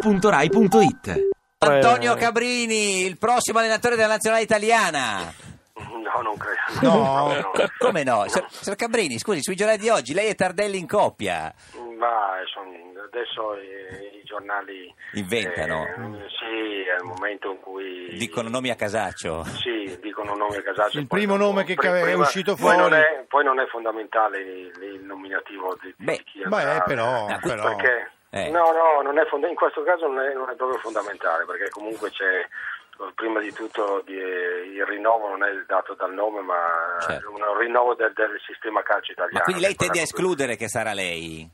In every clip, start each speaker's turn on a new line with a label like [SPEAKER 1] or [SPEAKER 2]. [SPEAKER 1] radio2pod.rai.it
[SPEAKER 2] Antonio
[SPEAKER 3] Eh.
[SPEAKER 2] Cabrini, il prossimo allenatore della nazionale italiana.
[SPEAKER 3] No, non credo.
[SPEAKER 4] No.
[SPEAKER 2] Come no? Sir, Sir Cabrini, scusi, sui giornali di oggi lei e Tardelli in coppia.
[SPEAKER 3] Ma son- adesso eh, i giornali...
[SPEAKER 2] Inventano.
[SPEAKER 3] eh, sì, è il momento in cui...
[SPEAKER 2] Dicono nomi a casaccio.
[SPEAKER 3] Sì, dicono nome a casaccio.
[SPEAKER 4] Il
[SPEAKER 3] poi
[SPEAKER 4] primo
[SPEAKER 3] dopo-
[SPEAKER 4] nome che
[SPEAKER 3] pri-
[SPEAKER 4] ca- è uscito
[SPEAKER 3] Poi non
[SPEAKER 4] fuori.
[SPEAKER 3] è, poi non è fondamentale il, il nominativo di, di
[SPEAKER 2] Beh,
[SPEAKER 3] chi
[SPEAKER 4] Beh,
[SPEAKER 3] andrà.
[SPEAKER 4] però,
[SPEAKER 2] Ah, qui-
[SPEAKER 4] però.
[SPEAKER 3] Perché?
[SPEAKER 2] Eh.
[SPEAKER 3] No, no, non è fonda- in questo caso non è, non è proprio fondamentale, perché comunque c'è, prima di tutto, di- il rinnovo non è dato dal nome, ma
[SPEAKER 2] Certo.
[SPEAKER 3] un rinnovo del, del sistema calcio italiano.
[SPEAKER 2] Ma quindi lei
[SPEAKER 3] che poi
[SPEAKER 2] tende a
[SPEAKER 3] è quello-
[SPEAKER 2] escludere che sarà lei?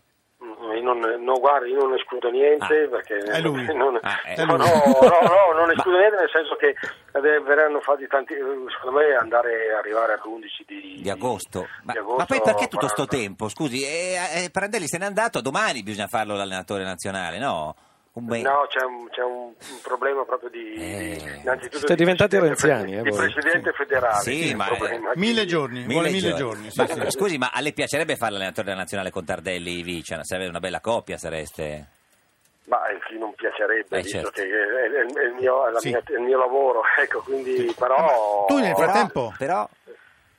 [SPEAKER 3] Mm, io non, no, guarda, io non escludo niente
[SPEAKER 2] Ah.
[SPEAKER 3] perché
[SPEAKER 4] È lui.
[SPEAKER 3] Non,
[SPEAKER 2] Ah, è
[SPEAKER 3] no,
[SPEAKER 4] lui.
[SPEAKER 3] no, no, non
[SPEAKER 2] Ma-
[SPEAKER 3] escludo niente nel senso che eh, verranno fatti tanti. eh, Secondo me andare arrivare all'11 di,
[SPEAKER 2] Di agosto. Ma,
[SPEAKER 3] di agosto
[SPEAKER 2] ma poi perché tutto sto
[SPEAKER 3] guarda,
[SPEAKER 2] tempo? Scusi, eh, eh, Prandelli se n'è andato, domani bisogna farlo l'allenatore nazionale, no? Un bel-
[SPEAKER 3] No, c'è un, c'è un- un problema proprio di.
[SPEAKER 2] Eh.
[SPEAKER 3] di- innanzitutto
[SPEAKER 5] Siete
[SPEAKER 3] di
[SPEAKER 5] diventati
[SPEAKER 3] presidente-
[SPEAKER 5] renziani, eh,
[SPEAKER 3] Di
[SPEAKER 5] voi.
[SPEAKER 3] presidente federale.
[SPEAKER 2] Sì,
[SPEAKER 3] c'è un
[SPEAKER 2] ma-
[SPEAKER 3] problema di-
[SPEAKER 4] Mille giorni, vuole mille giorni. sì,
[SPEAKER 2] Ma,
[SPEAKER 4] sì.
[SPEAKER 2] Scusi, ma a lei piacerebbe fare l'allenatore della nazionale con Tardelli e Vicia? Sarebbe una bella coppia, sareste.
[SPEAKER 3] Ma eh, chi non piacerebbe,
[SPEAKER 2] Eh,
[SPEAKER 3] visto
[SPEAKER 2] certo.
[SPEAKER 3] che è, è- è il mio, è la
[SPEAKER 4] Sì.
[SPEAKER 3] mia- è il mio lavoro, ecco, quindi però.
[SPEAKER 4] tu nel frattempo-
[SPEAKER 2] Però,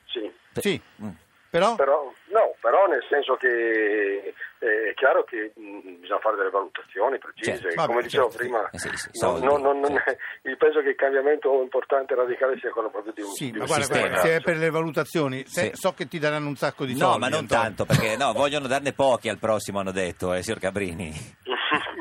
[SPEAKER 3] Sì.
[SPEAKER 4] Sì,
[SPEAKER 2] Mm.
[SPEAKER 4] però
[SPEAKER 3] Però, no, però nel senso che eh, è chiaro che mh, bisogna fare delle valutazioni precise.
[SPEAKER 2] Certo,
[SPEAKER 4] vabbè,
[SPEAKER 3] Come dicevo
[SPEAKER 4] certo.
[SPEAKER 3] prima,
[SPEAKER 2] Eh sì, sì,
[SPEAKER 3] non-
[SPEAKER 2] soldi,
[SPEAKER 3] non- non- non-
[SPEAKER 2] certo.
[SPEAKER 3] io penso che il cambiamento importante e radicale sia quello proprio di un,
[SPEAKER 4] sì,
[SPEAKER 3] di
[SPEAKER 4] ma
[SPEAKER 3] un
[SPEAKER 4] guarda,
[SPEAKER 3] sistema.
[SPEAKER 4] guarda, se è per le valutazioni, se-
[SPEAKER 2] Sì.
[SPEAKER 4] so che ti daranno un sacco di soldi.
[SPEAKER 2] no, ma non
[SPEAKER 4] Antonio.
[SPEAKER 2] tanto, perché no, vogliono darne pochi al prossimo, hanno detto, eh, signor Cabrini.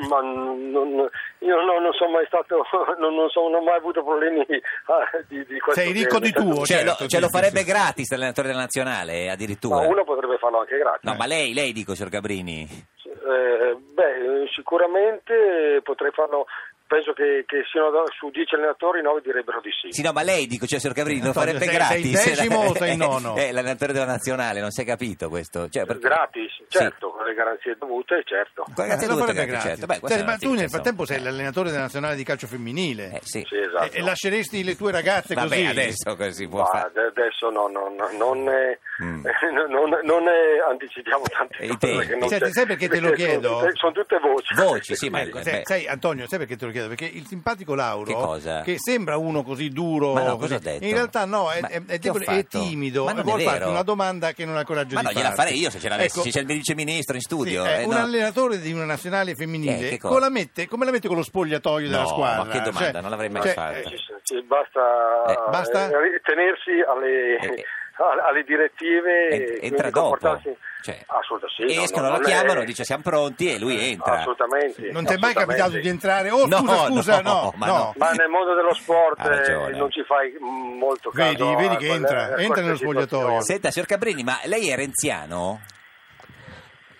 [SPEAKER 3] Ma non- io no- non sono mai stato, non, non so- non ho mai avuto problemi ah, di, di questo
[SPEAKER 4] Sei ricco
[SPEAKER 3] genere.
[SPEAKER 4] di tuo,
[SPEAKER 2] Cioè,
[SPEAKER 4] certo,
[SPEAKER 2] lo, ce
[SPEAKER 4] sì,
[SPEAKER 2] lo
[SPEAKER 4] sì,
[SPEAKER 2] farebbe
[SPEAKER 4] sì.
[SPEAKER 2] gratis l'allenatore della nazionale, eh,
[SPEAKER 3] Ma
[SPEAKER 2] addirittura.
[SPEAKER 3] uno potrebbe farlo anche gratis.
[SPEAKER 2] No, ma lei, lei dico, signor Cabrini.
[SPEAKER 3] Eh, beh, sicuramente potrei farlo. Penso che, che siano da- su 10 allenatori 9 direbbero di sì.
[SPEAKER 2] Sì, no, ma lei, dico, cioè, signor Cabrini, lo
[SPEAKER 4] Antonio,
[SPEAKER 2] farebbe
[SPEAKER 4] sei- sei il
[SPEAKER 2] gratis.
[SPEAKER 4] decimo o sei il nono?
[SPEAKER 2] Eh, l'allenatore della nazionale, non si è capito questo. Cioè, perché-
[SPEAKER 3] Gratis,
[SPEAKER 2] Sì.
[SPEAKER 3] certo, con le garanzie dovute, certo.
[SPEAKER 2] Qua-
[SPEAKER 4] Eh,
[SPEAKER 2] grazie a
[SPEAKER 4] lo
[SPEAKER 2] tutti,
[SPEAKER 4] farebbe
[SPEAKER 2] grazie,
[SPEAKER 4] gratis.
[SPEAKER 2] certo. Beh, questa
[SPEAKER 4] Cioè,
[SPEAKER 2] è
[SPEAKER 4] ma
[SPEAKER 2] una
[SPEAKER 4] tu nel
[SPEAKER 2] notizia,
[SPEAKER 4] frattempo sei
[SPEAKER 2] insomma.
[SPEAKER 4] l'allenatore della nazionale di calcio femminile
[SPEAKER 2] Eh, sì.
[SPEAKER 3] Sì, esatto.
[SPEAKER 4] e, e lasceresti le tue ragazze
[SPEAKER 2] Vabbè,
[SPEAKER 4] così?
[SPEAKER 2] adesso così può
[SPEAKER 3] Ma
[SPEAKER 2] fare.
[SPEAKER 3] ad- adesso no, no, no, non, eh,
[SPEAKER 2] Mm.
[SPEAKER 3] non- non, eh, anticipiamo tante
[SPEAKER 2] E i
[SPEAKER 3] cose.
[SPEAKER 2] tempi.
[SPEAKER 3] perché non
[SPEAKER 4] Senti,
[SPEAKER 3] c'è-
[SPEAKER 4] Cioè, sai perché te lo
[SPEAKER 3] perché sono
[SPEAKER 4] chiedo?
[SPEAKER 3] tutte- Sono tutte voci.
[SPEAKER 2] Voci, sì, ma-
[SPEAKER 4] Ecco,
[SPEAKER 2] Eh,
[SPEAKER 4] sai-
[SPEAKER 2] beh.
[SPEAKER 4] sai, Antonio, sai perché te lo chiedo? Perché il simpatico Lauro,
[SPEAKER 2] Che cosa?
[SPEAKER 4] sembra uno così duro,
[SPEAKER 2] Ma no,
[SPEAKER 4] così,
[SPEAKER 2] cosa ho detto?
[SPEAKER 4] in realtà no, è,
[SPEAKER 2] Ma
[SPEAKER 4] è- è
[SPEAKER 2] che ho
[SPEAKER 4] debole- è
[SPEAKER 2] fatto?
[SPEAKER 4] timido,
[SPEAKER 2] Ma non è
[SPEAKER 4] vuol farti
[SPEAKER 2] vero.
[SPEAKER 4] una domanda che non ha coraggio
[SPEAKER 2] Ma
[SPEAKER 4] di
[SPEAKER 2] no,
[SPEAKER 4] fare.
[SPEAKER 2] gliela farei io se cioè, c'era
[SPEAKER 4] Ecco,
[SPEAKER 2] se c'è il vice ministro in studio.
[SPEAKER 4] sì, è
[SPEAKER 2] eh,
[SPEAKER 4] un
[SPEAKER 2] no.
[SPEAKER 4] allenatore di una nazionale femminile,
[SPEAKER 2] Eh, che cosa?
[SPEAKER 4] come, la mette, come la mette con lo spogliatoio della
[SPEAKER 2] No,
[SPEAKER 4] squadra?
[SPEAKER 2] ma che domanda, non l'avrei mai
[SPEAKER 4] cioè,
[SPEAKER 2] fatta.
[SPEAKER 4] eh,
[SPEAKER 3] Sì, sì, sì, basta,
[SPEAKER 2] Eh,
[SPEAKER 4] basta?
[SPEAKER 3] eh, tenersi alle,
[SPEAKER 2] Eh, eh.
[SPEAKER 3] a- alle direttive
[SPEAKER 2] Ent-
[SPEAKER 3] e
[SPEAKER 2] entra
[SPEAKER 3] quindi
[SPEAKER 2] dopo.
[SPEAKER 3] comportarsi
[SPEAKER 2] Cioè,
[SPEAKER 3] assolutamente sì, no,
[SPEAKER 2] escono,
[SPEAKER 3] no,
[SPEAKER 2] lo
[SPEAKER 3] non è-
[SPEAKER 2] chiamano, dice siamo pronti e lui entra.
[SPEAKER 3] assolutamente
[SPEAKER 4] non ti è mai
[SPEAKER 3] assolutamente.
[SPEAKER 4] capitato di entrare? Oh,
[SPEAKER 2] No,
[SPEAKER 4] scusa, scusa,
[SPEAKER 2] no,
[SPEAKER 4] no,
[SPEAKER 2] ma
[SPEAKER 4] no.
[SPEAKER 2] no.
[SPEAKER 3] ma nel mondo dello sport
[SPEAKER 2] Ha ragione.
[SPEAKER 3] eh, non ci fai mm, molto caso
[SPEAKER 4] Vedi, vedi
[SPEAKER 3] a
[SPEAKER 4] che
[SPEAKER 3] quelle-
[SPEAKER 4] entra,
[SPEAKER 3] a queste
[SPEAKER 4] entra nello
[SPEAKER 3] situazioni.
[SPEAKER 4] spogliatoio.
[SPEAKER 2] Senta, signor Cabrini, ma lei è renziano?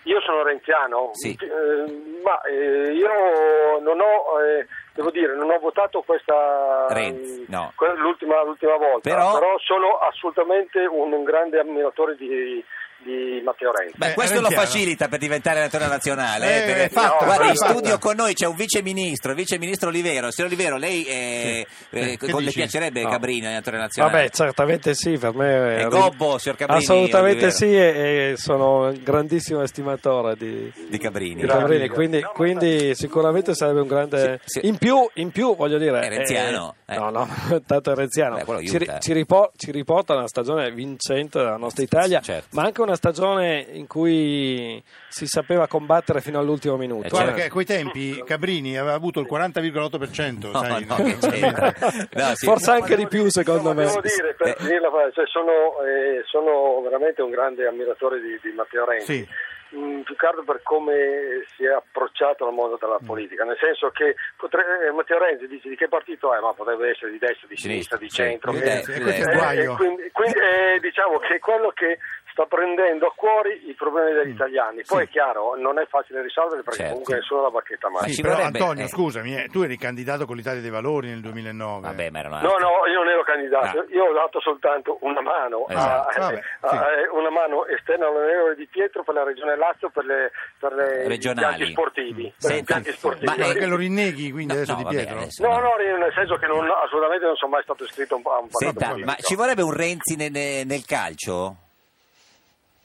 [SPEAKER 3] io sono renziano
[SPEAKER 2] Sì.
[SPEAKER 3] eh, ma eh, io non ho eh, devo dire non ho votato questa
[SPEAKER 2] Renzi, no.
[SPEAKER 3] que- l'ultima, l'ultima volta
[SPEAKER 2] Però-
[SPEAKER 3] però, sono assolutamente un, un grande ammiratore di, di Matteo Renzi
[SPEAKER 2] Beh,
[SPEAKER 4] Eh,
[SPEAKER 2] questo lo
[SPEAKER 4] renziano.
[SPEAKER 2] facilita per diventare allenatore nazionale. eh,
[SPEAKER 4] Eh,
[SPEAKER 2] perché-
[SPEAKER 4] è fatta,
[SPEAKER 2] Guarda,
[SPEAKER 3] è
[SPEAKER 2] in
[SPEAKER 3] fatta.
[SPEAKER 2] studio con noi c'è un vice ministro, il vice ministro Olivero. Signor Olivero, lei eh,
[SPEAKER 4] Sì.
[SPEAKER 2] eh,
[SPEAKER 4] Eh, che
[SPEAKER 2] con- le
[SPEAKER 4] dici?
[SPEAKER 2] piacerebbe
[SPEAKER 5] No.
[SPEAKER 2] Cabrini, allenatore nazionale?
[SPEAKER 5] Vabbè, certamente sì, per me
[SPEAKER 2] Cioè, È
[SPEAKER 5] ri-
[SPEAKER 2] gobbo, signor Cabrini,
[SPEAKER 5] Assolutamente
[SPEAKER 2] Olivero.
[SPEAKER 5] sì, e, e sono un grandissimo estimatore di,
[SPEAKER 2] Di Cabrini.
[SPEAKER 5] di Cabrini,
[SPEAKER 3] Grazie.
[SPEAKER 5] quindi,
[SPEAKER 3] No, ma-
[SPEAKER 5] quindi sicuramente sarebbe un grande...
[SPEAKER 2] Sì, sì.
[SPEAKER 5] In, più, in più, voglio dire...
[SPEAKER 2] È renziano, eh.
[SPEAKER 5] No, no, tanto è renziano.
[SPEAKER 2] Beh, quello
[SPEAKER 5] ci, ri-
[SPEAKER 2] aiuta.
[SPEAKER 5] ci ripo- ci riporta a una stagione vincente della nostra Italia,
[SPEAKER 2] certo.
[SPEAKER 5] ma anche una stagione in cui si sapeva combattere fino all'ultimo minuto.
[SPEAKER 2] Eh,
[SPEAKER 4] Guarda
[SPEAKER 2] certo.
[SPEAKER 4] che a quei tempi Cabrini aveva avuto il 40,8%,
[SPEAKER 2] No,
[SPEAKER 4] sai,
[SPEAKER 2] no,
[SPEAKER 4] no?
[SPEAKER 2] che c'entra. No, sì.
[SPEAKER 5] Forse
[SPEAKER 3] Ma
[SPEAKER 5] anche di
[SPEAKER 3] devo
[SPEAKER 5] più,
[SPEAKER 3] dire-
[SPEAKER 5] secondo
[SPEAKER 3] no, ma
[SPEAKER 5] me.
[SPEAKER 3] Devo dire, per
[SPEAKER 2] Eh.
[SPEAKER 3] finirla, cioè, sono, eh, sono veramente un grande ammiratore di, di Matteo Renzi.
[SPEAKER 4] Sì.
[SPEAKER 3] Mm, più che altro per come si è approcciato al mondo della politica, nel senso che potre- eh, Matteo Renzi dice di che partito è, ma potrebbe essere di destra, di sinistra, di
[SPEAKER 2] Sinistra, sì.
[SPEAKER 3] centro.
[SPEAKER 2] Di
[SPEAKER 3] che-
[SPEAKER 2] destra,
[SPEAKER 4] di
[SPEAKER 3] eh,
[SPEAKER 4] destra.
[SPEAKER 3] eh,
[SPEAKER 4] Guaio.
[SPEAKER 3] quindi quindi, eh, diciamo che è quello che sta prendendo a cuore i problemi degli italiani. Poi è chiaro, non è facile risolvere perché
[SPEAKER 2] Certo.
[SPEAKER 3] comunque è solo la bacchetta magica.
[SPEAKER 2] Ma
[SPEAKER 4] Sì,
[SPEAKER 2] ci
[SPEAKER 4] però
[SPEAKER 2] vorrebbe-
[SPEAKER 4] Antonio,
[SPEAKER 2] eh.
[SPEAKER 4] scusami, eh, tu eri candidato con l'Italia dei Valori nel 2009.
[SPEAKER 2] Vabbè, ma era una...
[SPEAKER 3] No, no, io non ero candidato,
[SPEAKER 2] Ah.
[SPEAKER 3] io ho dato soltanto una mano, a-
[SPEAKER 2] Esatto.
[SPEAKER 3] a-
[SPEAKER 4] Vabbè,
[SPEAKER 3] a-
[SPEAKER 4] sì.
[SPEAKER 3] eh, una mano esterna all'onorevole Di Pietro per la regione Lazio per, le, per le-
[SPEAKER 2] Regionali.
[SPEAKER 3] gli impianti sportivi. Per gli
[SPEAKER 2] Senta,
[SPEAKER 3] impianti sportivi.
[SPEAKER 2] ma
[SPEAKER 4] Spero
[SPEAKER 2] eh,
[SPEAKER 4] che lo rinneghi quindi
[SPEAKER 2] No,
[SPEAKER 4] adesso
[SPEAKER 2] no,
[SPEAKER 4] Di
[SPEAKER 2] vabbè,
[SPEAKER 4] Pietro.
[SPEAKER 2] adesso
[SPEAKER 3] No, no, nel senso che non, assolutamente non sono mai stato iscritto a un, a un partito
[SPEAKER 2] Senta,
[SPEAKER 3] politico.
[SPEAKER 2] ma ci vorrebbe un Renzi ne- ne- nel calcio?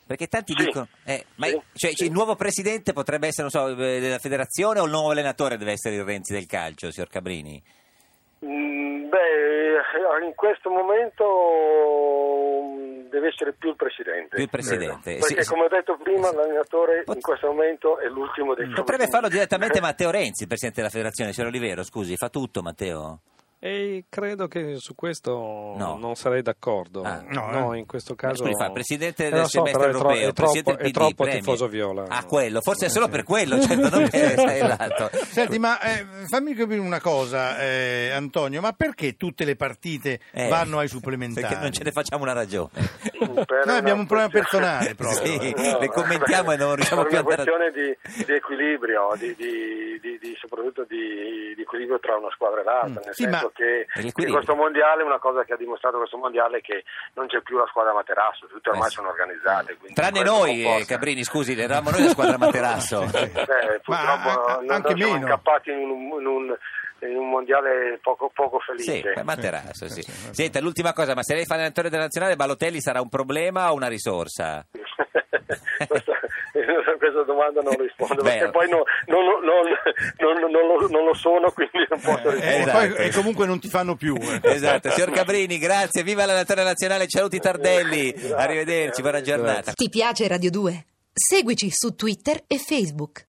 [SPEAKER 2] Perché tanti
[SPEAKER 3] Sì.
[SPEAKER 2] dicono, eh, ma
[SPEAKER 3] Sì.
[SPEAKER 2] cioè,
[SPEAKER 3] Sì.
[SPEAKER 2] il nuovo presidente potrebbe essere, non so, eh, della federazione o il nuovo allenatore deve essere il Renzi del calcio, signor Cabrini?
[SPEAKER 3] Mm, Beh, in questo momento mm, deve essere più il presidente.
[SPEAKER 2] Più il presidente,
[SPEAKER 3] credo. Perché
[SPEAKER 2] sì, sì.
[SPEAKER 3] come ho detto prima,
[SPEAKER 2] Sì.
[SPEAKER 3] l'allenatore
[SPEAKER 2] Pot-
[SPEAKER 3] in questo momento Eh. è l'ultimo dei
[SPEAKER 2] Potrebbe
[SPEAKER 3] problemi.
[SPEAKER 2] farlo direttamente Matteo Renzi, il presidente della federazione, signor Olivero, scusi, fa tutto Matteo?
[SPEAKER 5] E credo che su questo
[SPEAKER 2] No.
[SPEAKER 5] non sarei d'accordo.
[SPEAKER 2] Ah.
[SPEAKER 4] No, eh.
[SPEAKER 5] in questo caso.
[SPEAKER 2] Scusi, fa il presidente
[SPEAKER 5] Eh,
[SPEAKER 2] del
[SPEAKER 5] lo so,
[SPEAKER 2] semestre
[SPEAKER 5] però è tro-
[SPEAKER 2] europeo,
[SPEAKER 5] È troppo,
[SPEAKER 2] presidente
[SPEAKER 5] è
[SPEAKER 2] PD,
[SPEAKER 5] troppo
[SPEAKER 2] Premier.
[SPEAKER 5] tifoso viola.
[SPEAKER 2] Ah, quello, forse è
[SPEAKER 5] Eh,
[SPEAKER 2] solo
[SPEAKER 5] sì.
[SPEAKER 2] per quello, certo, non per sai, l'altro.
[SPEAKER 4] Senti, ma eh, fammi capire una cosa, eh, Antonio, ma perché tutte le partite
[SPEAKER 2] Eh,
[SPEAKER 4] vanno ai
[SPEAKER 2] Perché
[SPEAKER 4] supplementari?
[SPEAKER 2] non ce ne facciamo una ragione.
[SPEAKER 3] Per
[SPEAKER 4] Noi abbiamo
[SPEAKER 3] una
[SPEAKER 4] un problema
[SPEAKER 3] questione-
[SPEAKER 4] personale proprio. eh.
[SPEAKER 2] Sì, le commentiamo e non riusciamo
[SPEAKER 3] per
[SPEAKER 2] più a andare-
[SPEAKER 3] una questione di, di equilibrio, di, di- di- di- soprattutto di, di equilibrio tra una squadra e l'altra,
[SPEAKER 4] Mm.
[SPEAKER 3] nel
[SPEAKER 4] Sì,
[SPEAKER 3] senso
[SPEAKER 4] ma-
[SPEAKER 3] che
[SPEAKER 2] Per
[SPEAKER 3] in
[SPEAKER 2] l'equilibrio.
[SPEAKER 3] questo mondiale una cosa che ha dimostrato questo mondiale è che non c'è più la squadra materasso, tutte ormai
[SPEAKER 2] Eh sì.
[SPEAKER 3] sono organizzate. quindi
[SPEAKER 2] Tranne
[SPEAKER 3] questo
[SPEAKER 2] noi, eh,
[SPEAKER 3] comporta-
[SPEAKER 2] Cabrini, scusi, eravamo noi la squadra materasso.
[SPEAKER 3] Eh, purtroppo
[SPEAKER 4] Ma a- a-
[SPEAKER 3] non-
[SPEAKER 4] anche
[SPEAKER 3] non siamo
[SPEAKER 4] meno.
[SPEAKER 3] incappati in un, in un- in un mondiale poco, poco felice.
[SPEAKER 2] Sì, materasso,
[SPEAKER 4] Sì,
[SPEAKER 2] sì.
[SPEAKER 4] sì, sì.
[SPEAKER 2] Senta, l'ultima cosa, ma se lei fa l'allenatore della nazionale, Balotelli sarà un problema o una risorsa?
[SPEAKER 3] questa, questa domanda non rispondo
[SPEAKER 2] Beh,
[SPEAKER 3] perché poi no- non, non- non- non lo, non lo sono quindi non posso
[SPEAKER 4] Eh,
[SPEAKER 3] rispondere
[SPEAKER 4] e,
[SPEAKER 2] Esatto.
[SPEAKER 4] poi- e comunque non ti fanno più. eh.
[SPEAKER 2] Esatto, signor Cabrini, grazie, viva l'allenatore nazionale, ci saluti Tardelli, arrivederci, buona giornata.
[SPEAKER 1] Ti piace Radio 2? Seguici su Twitter e Facebook.